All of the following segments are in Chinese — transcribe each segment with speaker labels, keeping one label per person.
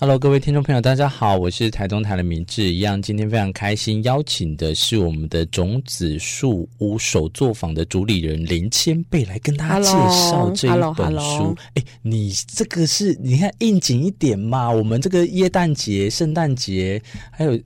Speaker 1: Hello，各位听众朋友，大家好，我是台东台的明志，一样今天非常开心，邀请的是我们的种子树屋手作坊的主理人林千贝来跟大家介
Speaker 2: Hello，
Speaker 1: 绍这一本
Speaker 2: Hello，Hello
Speaker 1: 书。哎，你这个是你看应景一点嘛？我们这个耶诞节、圣诞节，还有。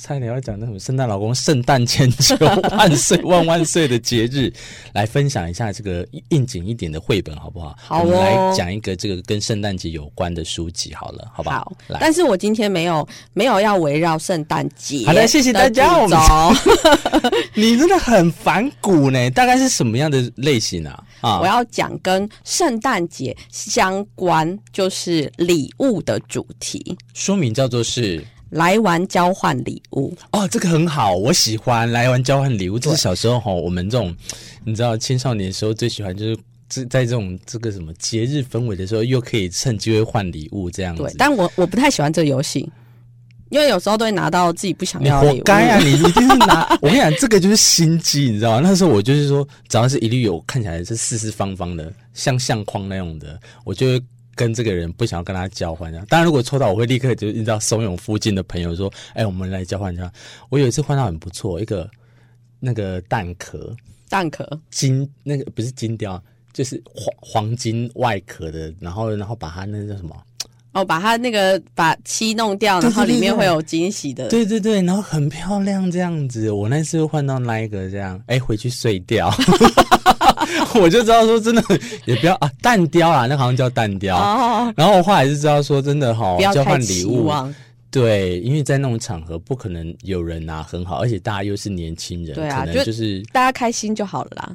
Speaker 1: 差点要讲那种圣诞老公、圣诞千秋、万岁万万岁的节日，来分享一下这个应景一点的绘本，好不好？
Speaker 2: 好哦
Speaker 1: 我们来讲一个这个跟圣诞节有关的书籍，好了，好不好？来。
Speaker 2: 但是我今天没有没有要围绕圣诞节。
Speaker 1: 好的谢谢大家 我们
Speaker 2: 走，
Speaker 1: 你真的很反骨呢，大概是什么样的类型啊？啊，
Speaker 2: 我要讲跟圣诞节相关，就是礼物的主题，
Speaker 1: 书名叫做是
Speaker 2: 来玩交换礼物。
Speaker 1: 哦，这个很好，我喜欢来玩交换礼物，这是小时候哈，我们这种你知道青少年的时候最喜欢就是。这在这种这个什么节日氛围的时候，又可以趁机会换礼物这样子
Speaker 2: 对，，但我我不太喜欢这个游戏，因为有时候都会拿到自己不想
Speaker 1: 你
Speaker 2: 要的
Speaker 1: 活
Speaker 2: 礼物。
Speaker 1: 该啊！你一定是拿 我跟你讲，这个就是心机，你知道吗？那时候我就是说，只要是一律有看起来是四四方方的，像相框那样的，我就会跟这个人不想要跟他交换啊。当然，如果抽到，我会立刻就你知道怂恿附近的朋友说：“哎、我们来交换一下。”我有一次换到很不错，一个那个蛋壳
Speaker 2: 蛋壳
Speaker 1: 金，那个不是金雕，啊就是黄黄金外壳的，然后然后把它那叫什么？
Speaker 2: 哦，把它那个把漆弄掉，
Speaker 1: 对
Speaker 2: 然后
Speaker 1: 对对
Speaker 2: 里面
Speaker 1: 对
Speaker 2: 会有惊喜的。
Speaker 1: 对对对，然后很漂亮这样子。我那次换到那一个这样，哎，回去碎 掉，我就知道说真的也不要啊，蛋雕啦，那好像叫蛋雕。
Speaker 2: 哦，
Speaker 1: 然后我后来是知道说真的哈、
Speaker 2: 不要
Speaker 1: 交
Speaker 2: 太
Speaker 1: 换礼
Speaker 2: 期
Speaker 1: 物，
Speaker 2: 望。
Speaker 1: 对，因为在那种场合不可能有人拿很好，而且大家又是年轻人，
Speaker 2: 对啊
Speaker 1: 可能
Speaker 2: 就
Speaker 1: 就是
Speaker 2: 大家开心就好了啦。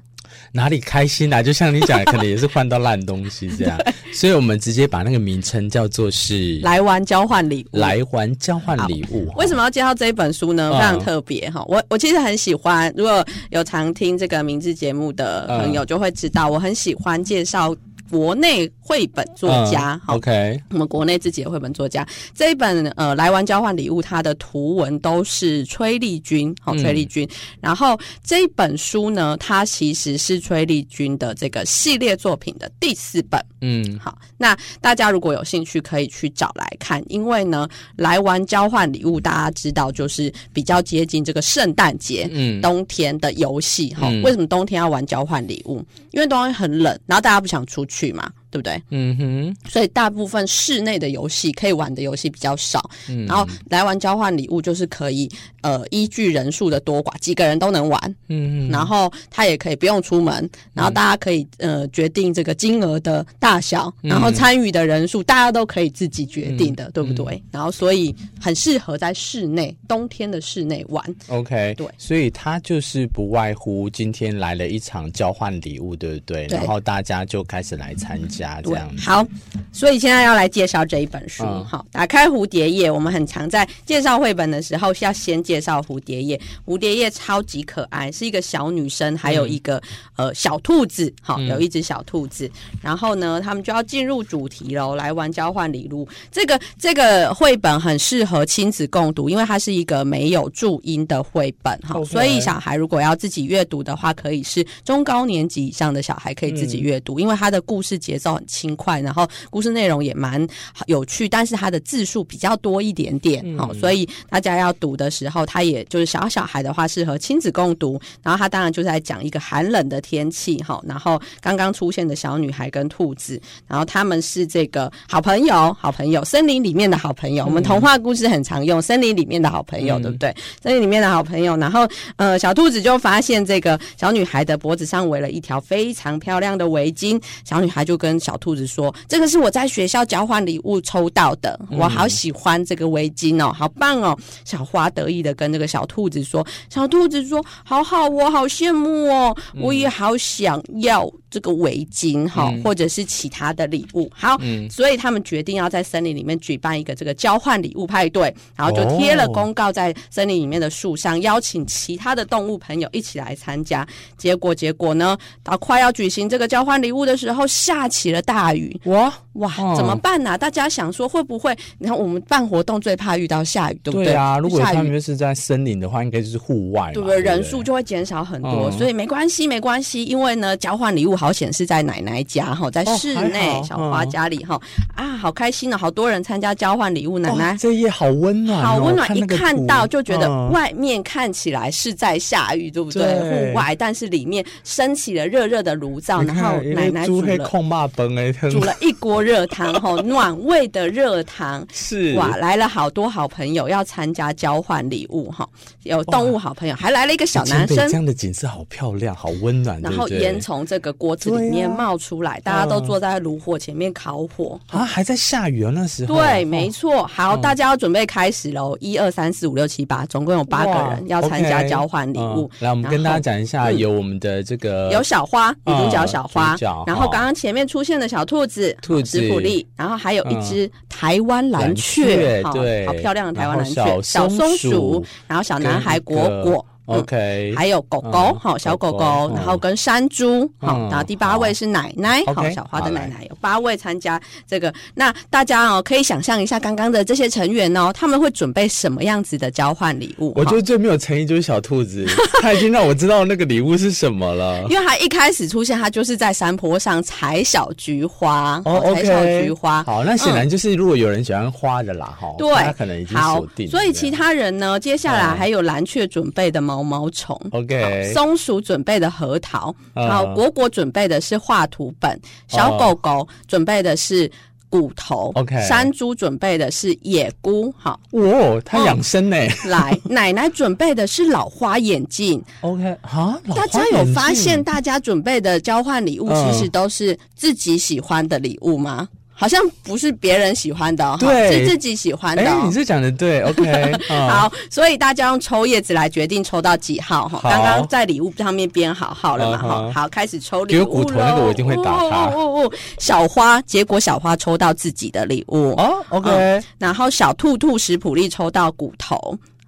Speaker 1: 哪里开心啊 啦、就像你讲，可能也是换到烂东西这样，所以我们直接把那个名称叫做是
Speaker 2: 来玩交换礼物，
Speaker 1: 来还交换礼物。
Speaker 2: 为什
Speaker 1: 么？
Speaker 2: 么要介绍这一本书呢？
Speaker 1: 嗯
Speaker 2: 非常特别哈、我我其实很喜欢，如果有常听这个名字节目的朋
Speaker 1: 嗯
Speaker 2: 友就会知道，我很喜欢介绍国内绘本作家
Speaker 1: 嗯
Speaker 2: 哈。
Speaker 1: ，OK，
Speaker 2: 我们国内自己的绘本作家，这一本呃《来玩交换礼物》，它的图文都是崔丽君，好、
Speaker 1: 嗯
Speaker 2: 崔丽君。然后这一本书呢，它其实是崔丽君的这个系列作品的第四本。
Speaker 1: 嗯，
Speaker 2: 好，那大家如果有兴趣，可以去找来看，因为呢，来玩交换礼物，大家知道就是比较接近这个圣诞节。
Speaker 1: 嗯，
Speaker 2: 冬天的游戏哈，
Speaker 1: 嗯
Speaker 2: 为什么冬天要玩交换礼物？因为冬天很冷，然后大家不想出去嘛，对不对？
Speaker 1: 嗯哼，
Speaker 2: 所以大部分室内的游戏可以玩的游戏比较少，
Speaker 1: 嗯
Speaker 2: 然后来玩交换礼物就是可以呃依据人数的多寡，几个人都能玩，
Speaker 1: 嗯
Speaker 2: 然后他也可以不用出门，然后大家可以呃决定这个金额的大小，
Speaker 1: 嗯
Speaker 2: 然后参与的人数，大家都可以自己决定的，对不对？然后所以很适合在室内，冬天的室内玩。
Speaker 1: OK，
Speaker 2: 对
Speaker 1: 所以他就是不外乎今天来了一场交换礼物，对不对？
Speaker 2: 对
Speaker 1: 然后大家就开始来参加这
Speaker 2: 对
Speaker 1: 样，子。
Speaker 2: 好，所以现在要来介绍这一本书。
Speaker 1: 嗯
Speaker 2: 好，打开蝴蝶页，我们很常在介绍绘本的时候，要先介绍蝴蝶页。蝴蝶页超级可爱，是一个小女生，还有一个、呃小兔子。好，有一只小兔子。然后呢，他们就要进入主题喽，来玩交换礼物。这个这个绘本很适合亲子共读，因为它是一个没有注音的绘本哈
Speaker 1: OK
Speaker 2: 所以小孩如果要自己阅读的话，可以是中高年级以上的小孩可以自己阅读，因为它的故事节奏很轻快，然后故事内容也蛮有趣，但是它的字数比较多一点点哦，所以大家要读的时候，它也就是小小孩的话适合亲子共读，然后它当然就是在讲一个寒冷的天气哈，然后刚刚出现的小女孩跟兔子，然后他们是这个好朋友，好朋友，森林里面的好朋友。我们童话故事很常用森林里面的好朋友，对不对？森林里面的好朋友，然后呃，小兔子就发现这个小女孩的脖子上围了一条非常漂亮的围巾，小女孩就跟小兔子说：“这个是我在学校交换礼物抽到的，我好喜欢这个围巾哦，好棒哦！”小花得意的跟这个小兔子说：“小兔子说：“好好，我好羡慕哦，我也好想要这个围巾哈、或者是其他的礼物。”好，所以他们决定要在森林里面举办一个这个交换礼物派对，然后就贴了公告在森林里面的树上，邀请其他的动物朋友一起来参加。结果，结果呢，到快要举行这个交换礼物的时候，下起了大雨。
Speaker 1: 哇，
Speaker 2: 哇
Speaker 1: 嗯，
Speaker 2: 怎么办呢、大家想说会不会？你看我们办活动最怕遇到下雨，对不
Speaker 1: 对啊，如果
Speaker 2: 下
Speaker 1: 他
Speaker 2: 雨
Speaker 1: 们就是在森林的话，应该就是户外嘛，
Speaker 2: 对
Speaker 1: 对
Speaker 2: 不
Speaker 1: 不
Speaker 2: 对？
Speaker 1: 对？
Speaker 2: 人数就会减少很多，
Speaker 1: 嗯
Speaker 2: 所以没关系，没关系，因为呢，交换礼物好显示在奶奶家哈，在
Speaker 1: 哦
Speaker 2: 室
Speaker 1: 还
Speaker 2: 内、
Speaker 1: 好
Speaker 2: 小花
Speaker 1: 嗯
Speaker 2: 家里哈、啊，好开心哦，好多人参加交换礼物，奶奶
Speaker 1: 哦、这一页好温暖哦、
Speaker 2: 好温暖，一
Speaker 1: 那个
Speaker 2: 看
Speaker 1: 图
Speaker 2: 到就觉得
Speaker 1: 嗯
Speaker 2: 外面看起来是在下雨，对不对？
Speaker 1: 对
Speaker 2: 户外，但是里面升起了热热的炉灶，
Speaker 1: 你
Speaker 2: 然后
Speaker 1: 看因为
Speaker 2: 奶奶
Speaker 1: 猪
Speaker 2: 煮
Speaker 1: 黑
Speaker 2: 了
Speaker 1: 控骂崩哎，真的
Speaker 2: 煮了一锅热汤，吼，暖胃的热汤。
Speaker 1: 是
Speaker 2: 哇，来了好多好朋友要参加交换礼物哈，有动物好朋友，还来了一个小男
Speaker 1: 以前北这
Speaker 2: 生，
Speaker 1: 样哎的景色好漂亮，好温暖，
Speaker 2: 然后
Speaker 1: 对不对
Speaker 2: 烟从这个锅子里面
Speaker 1: 对啊
Speaker 2: 冒出来，大家都
Speaker 1: 嗯
Speaker 2: 坐在炉火前面烤火。
Speaker 1: 啊，还在下 雨哦，那时候
Speaker 2: 对，没错。好，
Speaker 1: 嗯
Speaker 2: 大家要准备开始喽！一二三四五六七八，总共有八个人要参加交换礼物。
Speaker 1: 嗯来，我们跟大家
Speaker 2: 然后
Speaker 1: 讲一下，
Speaker 2: 嗯
Speaker 1: 有我们的这个
Speaker 2: 有小花，女
Speaker 1: 嗯
Speaker 2: 主角小花
Speaker 1: 主角，
Speaker 2: 然后
Speaker 1: 哦
Speaker 2: 刚刚前面出现的小兔子，哦
Speaker 1: 兔子嗯
Speaker 2: 史普利，然后还有一只台湾蓝
Speaker 1: 蓝
Speaker 2: 雀，好
Speaker 1: 对，
Speaker 2: 好漂亮的台湾蓝
Speaker 1: 然
Speaker 2: 雀，
Speaker 1: 后
Speaker 2: 小
Speaker 1: 小
Speaker 2: 松鼠
Speaker 1: 鼠，，
Speaker 2: 然后小男孩
Speaker 1: 跟
Speaker 2: 果
Speaker 1: 一个哦
Speaker 2: 果。嗯
Speaker 1: OK，
Speaker 2: 还有狗狗，
Speaker 1: 嗯
Speaker 2: 好小狗
Speaker 1: 狗狗
Speaker 2: 狗，
Speaker 1: 嗯
Speaker 2: 然后跟山猪，好，
Speaker 1: 嗯
Speaker 2: 然后第八位是奶奶，
Speaker 1: 好
Speaker 2: 好
Speaker 1: OK，
Speaker 2: 小花的
Speaker 1: 好
Speaker 2: 奶奶，有八位参加这个。那大家哦，可以想象一下刚刚的这些成员哦，他们会准备什么样子的交换礼物？
Speaker 1: 我
Speaker 2: 哈
Speaker 1: 觉得最没有诚意就是小兔 子，他已经让我知道那个礼物是什么了。
Speaker 2: 因为他一开始出现，他就是在山坡上采小菊花，
Speaker 1: 哦
Speaker 2: 采
Speaker 1: ，OK，
Speaker 2: 小菊花。嗯
Speaker 1: 好，那显然就是如果有人喜欢花的啦，哈，
Speaker 2: 对
Speaker 1: 他可能已经
Speaker 2: 好
Speaker 1: 锁定，了。
Speaker 2: 所以其他人呢，接下来
Speaker 1: 嗯
Speaker 2: 还有蓝雀准备的毛毛虫，
Speaker 1: OK，
Speaker 2: 松鼠准备的核桃，
Speaker 1: 嗯
Speaker 2: 好，果果准备的是画图本，小狗狗准备的是骨头
Speaker 1: 啊 OK
Speaker 2: 山猪准备的是野菇， 好，
Speaker 1: 哇，他
Speaker 2: 嗯
Speaker 1: 养生 呢
Speaker 2: 来，奶奶准备的是老花眼镜，
Speaker 1: ？OK，啊，老
Speaker 2: 大
Speaker 1: 花
Speaker 2: 家有
Speaker 1: 眼
Speaker 2: 发
Speaker 1: 镜
Speaker 2: 现，大家准备的交换礼物
Speaker 1: 嗯
Speaker 2: 其实都是自己喜欢的礼物吗？好像不是别人喜欢的、哦，哈
Speaker 1: 对
Speaker 2: 是自己喜欢的、
Speaker 1: 哎，
Speaker 2: 哦
Speaker 1: 你。这讲的对，OK，嗯
Speaker 2: 好，所以大家用抽叶子来决定抽到几号哈。
Speaker 1: 好
Speaker 2: 刚刚在礼物上面编好号了嘛
Speaker 1: 嗯
Speaker 2: 哈。
Speaker 1: 哼
Speaker 2: 好，开始抽礼
Speaker 1: 给
Speaker 2: 物
Speaker 1: 我
Speaker 2: 喽。
Speaker 1: 骨头那个我一定会打他
Speaker 2: 哦哦哦哦小花，结果小花抽到自己的礼物，
Speaker 1: 哦，OK，
Speaker 2: 嗯然后小兔兔史普利抽到骨头，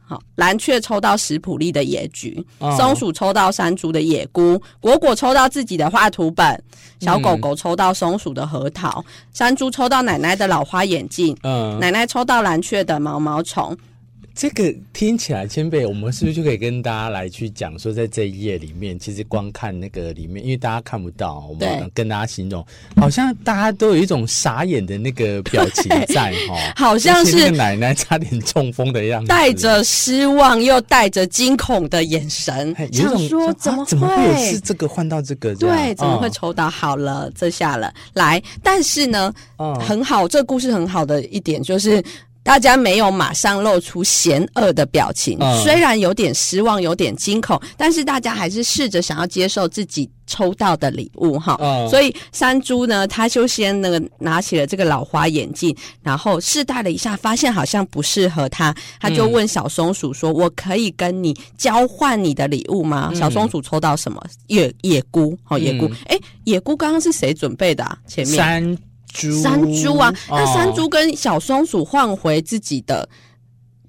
Speaker 2: 好，蓝雀抽到史普利的野菊，
Speaker 1: 嗯
Speaker 2: 松鼠抽到山竹的野菇，果果抽到自己的画图本，小狗狗抽到松鼠的核桃，山猪抽到奶奶的老花眼镜。
Speaker 1: 嗯，
Speaker 2: 奶奶抽到蓝雀的毛毛虫，
Speaker 1: 这个听起来，千贝，我们是不是就可以跟大家来去讲说，在这一页里面，其实光看那个里面，因为大家看不到，我
Speaker 2: 对
Speaker 1: 们跟大家形容，好像大家都有一种傻眼的那个表情在哈，
Speaker 2: 好像
Speaker 1: 尤其那
Speaker 2: 是
Speaker 1: 个奶奶差点中风的样子，
Speaker 2: 带着失望又带着惊恐的眼神
Speaker 1: 嘿，有一种
Speaker 2: 想说
Speaker 1: 啊
Speaker 2: 怎么
Speaker 1: 怎么会有是
Speaker 2: 会？
Speaker 1: 这个换到这个这样，
Speaker 2: 对，怎么会
Speaker 1: 嗯
Speaker 2: 抽到？好了，这下了来，但是呢，
Speaker 1: 嗯
Speaker 2: 很好，这故事很好的一点就是。大家没有马上露出嫌恶的表情，
Speaker 1: 嗯
Speaker 2: 虽然有点失望，有点惊恐，但是大家还是试着想要接受自己抽到的礼物哈。
Speaker 1: 嗯
Speaker 2: 所以山猪呢，他就先那个拿起了这个老花眼镜，然后试戴了一下，发现好像不适合他，他就问小松鼠说：“我可以跟你交换你的礼物吗？”小松鼠抽到什么？野野菇，哦，野菇
Speaker 1: 嗯。
Speaker 2: 哎、野菇刚刚是谁准备的啊？前面
Speaker 1: 山猪，
Speaker 2: 山猪啊，那
Speaker 1: 哦
Speaker 2: 山猪跟小松鼠换回自己的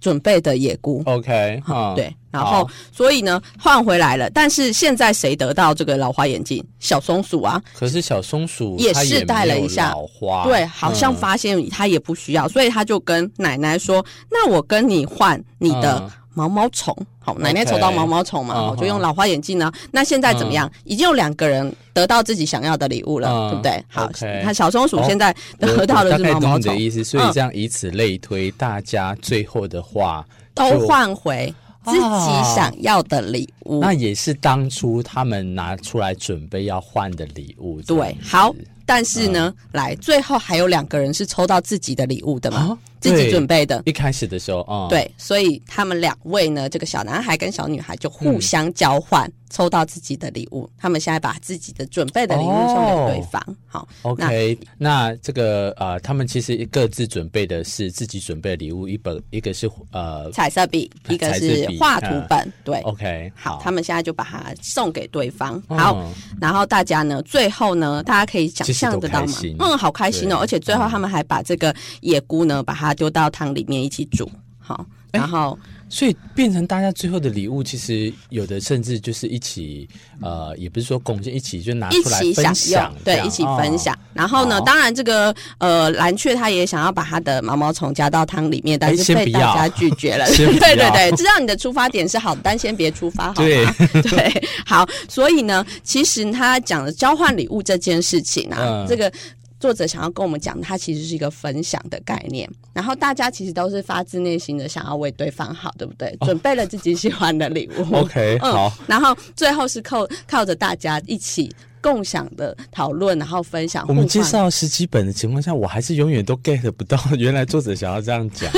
Speaker 2: 准备的野菇。
Speaker 1: ，OK，嗯
Speaker 2: 好，对，然后所以呢换回来了，但是现在谁得到这个老花眼镜？小松鼠啊，
Speaker 1: 可是小松鼠
Speaker 2: 也
Speaker 1: 它
Speaker 2: 是戴
Speaker 1: 没
Speaker 2: 了
Speaker 1: 有
Speaker 2: 一下
Speaker 1: 老花，
Speaker 2: 对，好像
Speaker 1: 嗯
Speaker 2: 发现它也不需要，所以它就跟奶奶说：“那我跟你换你的
Speaker 1: 嗯
Speaker 2: 毛毛虫。”好，奶奶
Speaker 1: OK
Speaker 2: 抽到毛毛虫嘛，
Speaker 1: 嗯
Speaker 2: 我就用老花眼镜呢。那现在怎么样？已经有两个人得到自己想要的礼物了，
Speaker 1: 嗯
Speaker 2: 对不对？好，
Speaker 1: OK
Speaker 2: 看小松鼠
Speaker 1: 哦
Speaker 2: 现在
Speaker 1: 我
Speaker 2: 得到的
Speaker 1: 我
Speaker 2: 是
Speaker 1: 大概
Speaker 2: 毛毛
Speaker 1: 懂你的
Speaker 2: 虫，
Speaker 1: 意思，所以
Speaker 2: 嗯
Speaker 1: 这样以此类推，大家最后的话
Speaker 2: 都
Speaker 1: 就
Speaker 2: 换回自己想要的礼物。
Speaker 1: 那也是当初他们拿出来准备要换的礼物。这样
Speaker 2: 对，
Speaker 1: 子
Speaker 2: 好，但是呢，来最后还有两个人是抽到自己的礼物的嘛，
Speaker 1: 啊
Speaker 2: 自己
Speaker 1: 对
Speaker 2: 准备的。
Speaker 1: 一开始的时候啊，嗯，
Speaker 2: 对，所以他们两位呢，这个小男孩跟小女孩就互相交换，抽到自己的礼
Speaker 1: 嗯
Speaker 2: 物。他们现在把自己的准备的礼物送给对方。好，
Speaker 1: 哦，OK，那这个呃，他们其实各自准备的是自己准备的礼物，一本一个是呃
Speaker 2: 彩色笔，一个
Speaker 1: 彩色
Speaker 2: 是
Speaker 1: 笔嗯哦
Speaker 2: 画图本，对。
Speaker 1: ，OK，
Speaker 2: 好，他们现在就把它送给对方。
Speaker 1: 嗯
Speaker 2: 好，然后大家呢，最后呢，大家可以想象得到吗
Speaker 1: 其实都开心？
Speaker 2: 嗯，好开心
Speaker 1: 对
Speaker 2: 哦！
Speaker 1: 嗯
Speaker 2: 而且最后他们还把这个野菇呢，把它丢到汤里面一起煮。好，然后
Speaker 1: 所以变成大家最后的礼物，其实有的甚至就是一起，呃，也不是说贡献，一起就拿
Speaker 2: 一
Speaker 1: 出来
Speaker 2: 起
Speaker 1: 分
Speaker 2: 享
Speaker 1: 享
Speaker 2: 用，，对，
Speaker 1: 这样
Speaker 2: 一起分。享
Speaker 1: 哦。
Speaker 2: 然后呢
Speaker 1: 好，
Speaker 2: 当然这个呃蓝雀它也想要把它的毛毛虫加到汤里面，但
Speaker 1: 哎
Speaker 2: 是
Speaker 1: 先
Speaker 2: 被
Speaker 1: 不
Speaker 2: 大
Speaker 1: 要
Speaker 2: 家拒绝了。
Speaker 1: 先不
Speaker 2: 对对
Speaker 1: 要
Speaker 2: 对，知道你的出发点是好的，但先别出发好 吗？
Speaker 1: 对，
Speaker 2: 对，好，所以呢，其实他讲的交换礼物这件事情啊，
Speaker 1: 嗯
Speaker 2: 这个。作者想要跟我们讲，它其实是一个分享的概念，然后大家其实都是发自内心的想要为对方好，对不对？准备了自己喜欢的礼物
Speaker 1: 哦 OK，好，
Speaker 2: 嗯然后最后是靠靠着大家一起共享的讨论，然后分享。
Speaker 1: 我们
Speaker 2: 互换
Speaker 1: 介，绍十几本的情况下，我还是永远都 get 不到 原来作者想要这样 讲。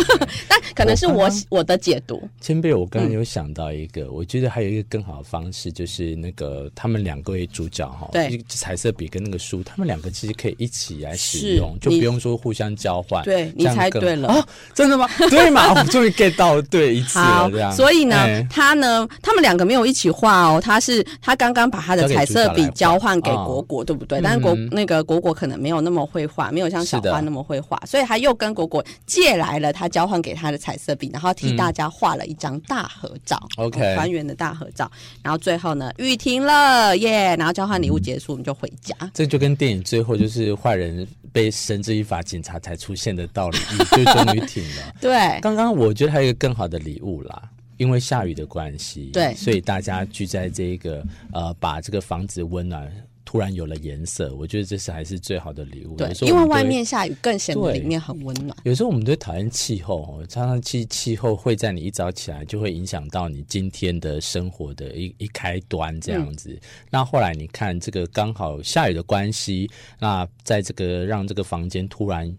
Speaker 2: 但可能是
Speaker 1: 我
Speaker 2: 我
Speaker 1: 刚刚
Speaker 2: 我的解读，
Speaker 1: 千贝，我刚刚有想到一个，我觉得还有一个更好的方式，就是那个他们两个位主角哈，
Speaker 2: 对
Speaker 1: 就是彩色笔跟那个书，他们两个其实可以一起来
Speaker 2: 是
Speaker 1: 使用，就
Speaker 2: 你
Speaker 1: 不用说互相交换。
Speaker 2: 对你
Speaker 1: 这样
Speaker 2: 猜
Speaker 1: 更
Speaker 2: 对了
Speaker 1: 啊！真的吗？ 对嘛？ 我终于 get 到对一次
Speaker 2: 好
Speaker 1: 了，这样。，
Speaker 2: 所以呢，
Speaker 1: 哎
Speaker 2: 他呢，他们两个没有一起画哦，他是他刚刚把他的彩色笔交换给国国，对不对？但是国、
Speaker 1: 嗯
Speaker 2: 那个国国可能没有那么会画，没有像小
Speaker 1: 是
Speaker 2: 花
Speaker 1: 的
Speaker 2: 那么会画，所以他又跟国国借来了他交换给他的彩色笔，然后替大家画了一张大合照、
Speaker 1: 嗯 OK
Speaker 2: 哦团圆的大合照。然后最后呢，雨停了耶然后交换礼物结束，我们就回家。
Speaker 1: 这就跟电影最后就是坏人被绳之以法，警察才出现的道 理，你就终于挺了。
Speaker 2: 对，
Speaker 1: 刚刚我觉得还有一个更好的礼物啦，因为下雨的关系，
Speaker 2: 对
Speaker 1: 所以大家聚在这一个呃，把这个房子温暖，突然有了颜色，我觉得这是还是最好的礼物。
Speaker 2: 对
Speaker 1: 有，时候
Speaker 2: 因
Speaker 1: 我
Speaker 2: 为
Speaker 1: 们都会
Speaker 2: 外面下雨更显得
Speaker 1: 对
Speaker 2: 里面很温暖。
Speaker 1: 有时候我们都会讨厌气候哦，常常气气候会在你一早起来就会影响到你今天的生活的一一开端这样子。那后来你看这个刚好下雨的关系，那在这个让这个房间突然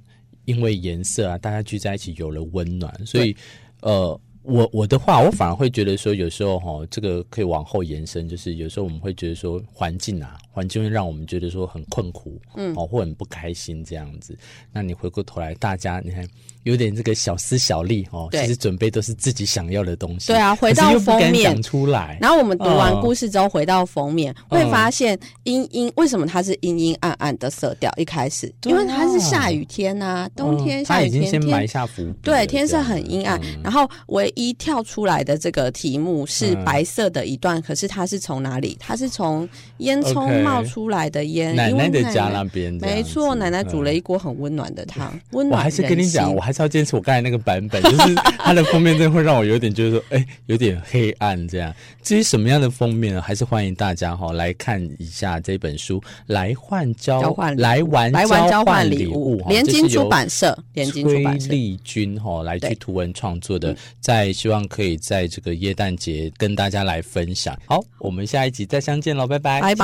Speaker 1: 因为颜色啊，大家聚在一起有了温暖，所以呃。我我的话，我反而会觉得说，有时候哈、这个可以往后延伸，就是有时候我们会觉得说，环境啊，环境会让我们觉得说很困苦，嗯，哦，或很不开心这样子。那你回过头来，大家你看有点这个小思小力哦，
Speaker 2: 对
Speaker 1: 其实准备都是自己想要的东西，
Speaker 2: 对啊回到
Speaker 1: 可是又不
Speaker 2: 封
Speaker 1: 敢
Speaker 2: 面
Speaker 1: 讲出来，
Speaker 2: 然后我们读完
Speaker 1: 嗯
Speaker 2: 故事之后，回到封面，
Speaker 1: 嗯
Speaker 2: 会发现阴阴为什么它是阴阴暗暗的色调？一开始，
Speaker 1: 对
Speaker 2: 因
Speaker 1: 啊
Speaker 2: 为它是下雨天呐、冬天
Speaker 1: 嗯他
Speaker 2: 下雨
Speaker 1: 已经
Speaker 2: 天
Speaker 1: 先埋
Speaker 2: 天。
Speaker 1: 下伏笔了，
Speaker 2: 对，天
Speaker 1: 这
Speaker 2: 色
Speaker 1: 样
Speaker 2: 很阴暗，
Speaker 1: 嗯
Speaker 2: 然后唯一跳出来的这个题目是白色的一段，可是它是从哪里？它是从烟囱
Speaker 1: OK
Speaker 2: 冒出来的烟，
Speaker 1: 奶
Speaker 2: 因为
Speaker 1: 奶的
Speaker 2: 奶
Speaker 1: 家那边这样子，
Speaker 2: 没错，奶奶煮了
Speaker 1: 嗯
Speaker 2: 一锅很温暖的汤，温
Speaker 1: 我
Speaker 2: 暖
Speaker 1: 还
Speaker 2: 人
Speaker 1: 是
Speaker 2: 心。
Speaker 1: 跟你讲，我还是要坚持我刚才那个版本，就是 它的封面真的会让我有点就是说，哎、有点黑暗这样。至于什么样的封面呢？还是欢迎大家哈、来看一下这本书《来换交
Speaker 2: 交换礼物
Speaker 1: 来玩
Speaker 2: 来玩交
Speaker 1: 换
Speaker 2: 换礼
Speaker 1: 物
Speaker 2: 物》，，
Speaker 1: 哈
Speaker 2: 联
Speaker 1: 这是
Speaker 2: 经出
Speaker 1: 由
Speaker 2: 版社，联经出
Speaker 1: 崔
Speaker 2: 版社。
Speaker 1: 丽君哈、来
Speaker 2: 对嗯
Speaker 1: 去图文创作的，在希望可以在这个耶诞节跟大家来分享。好，我们下一集再相见喽，拜拜，哎
Speaker 2: 拜
Speaker 1: 谢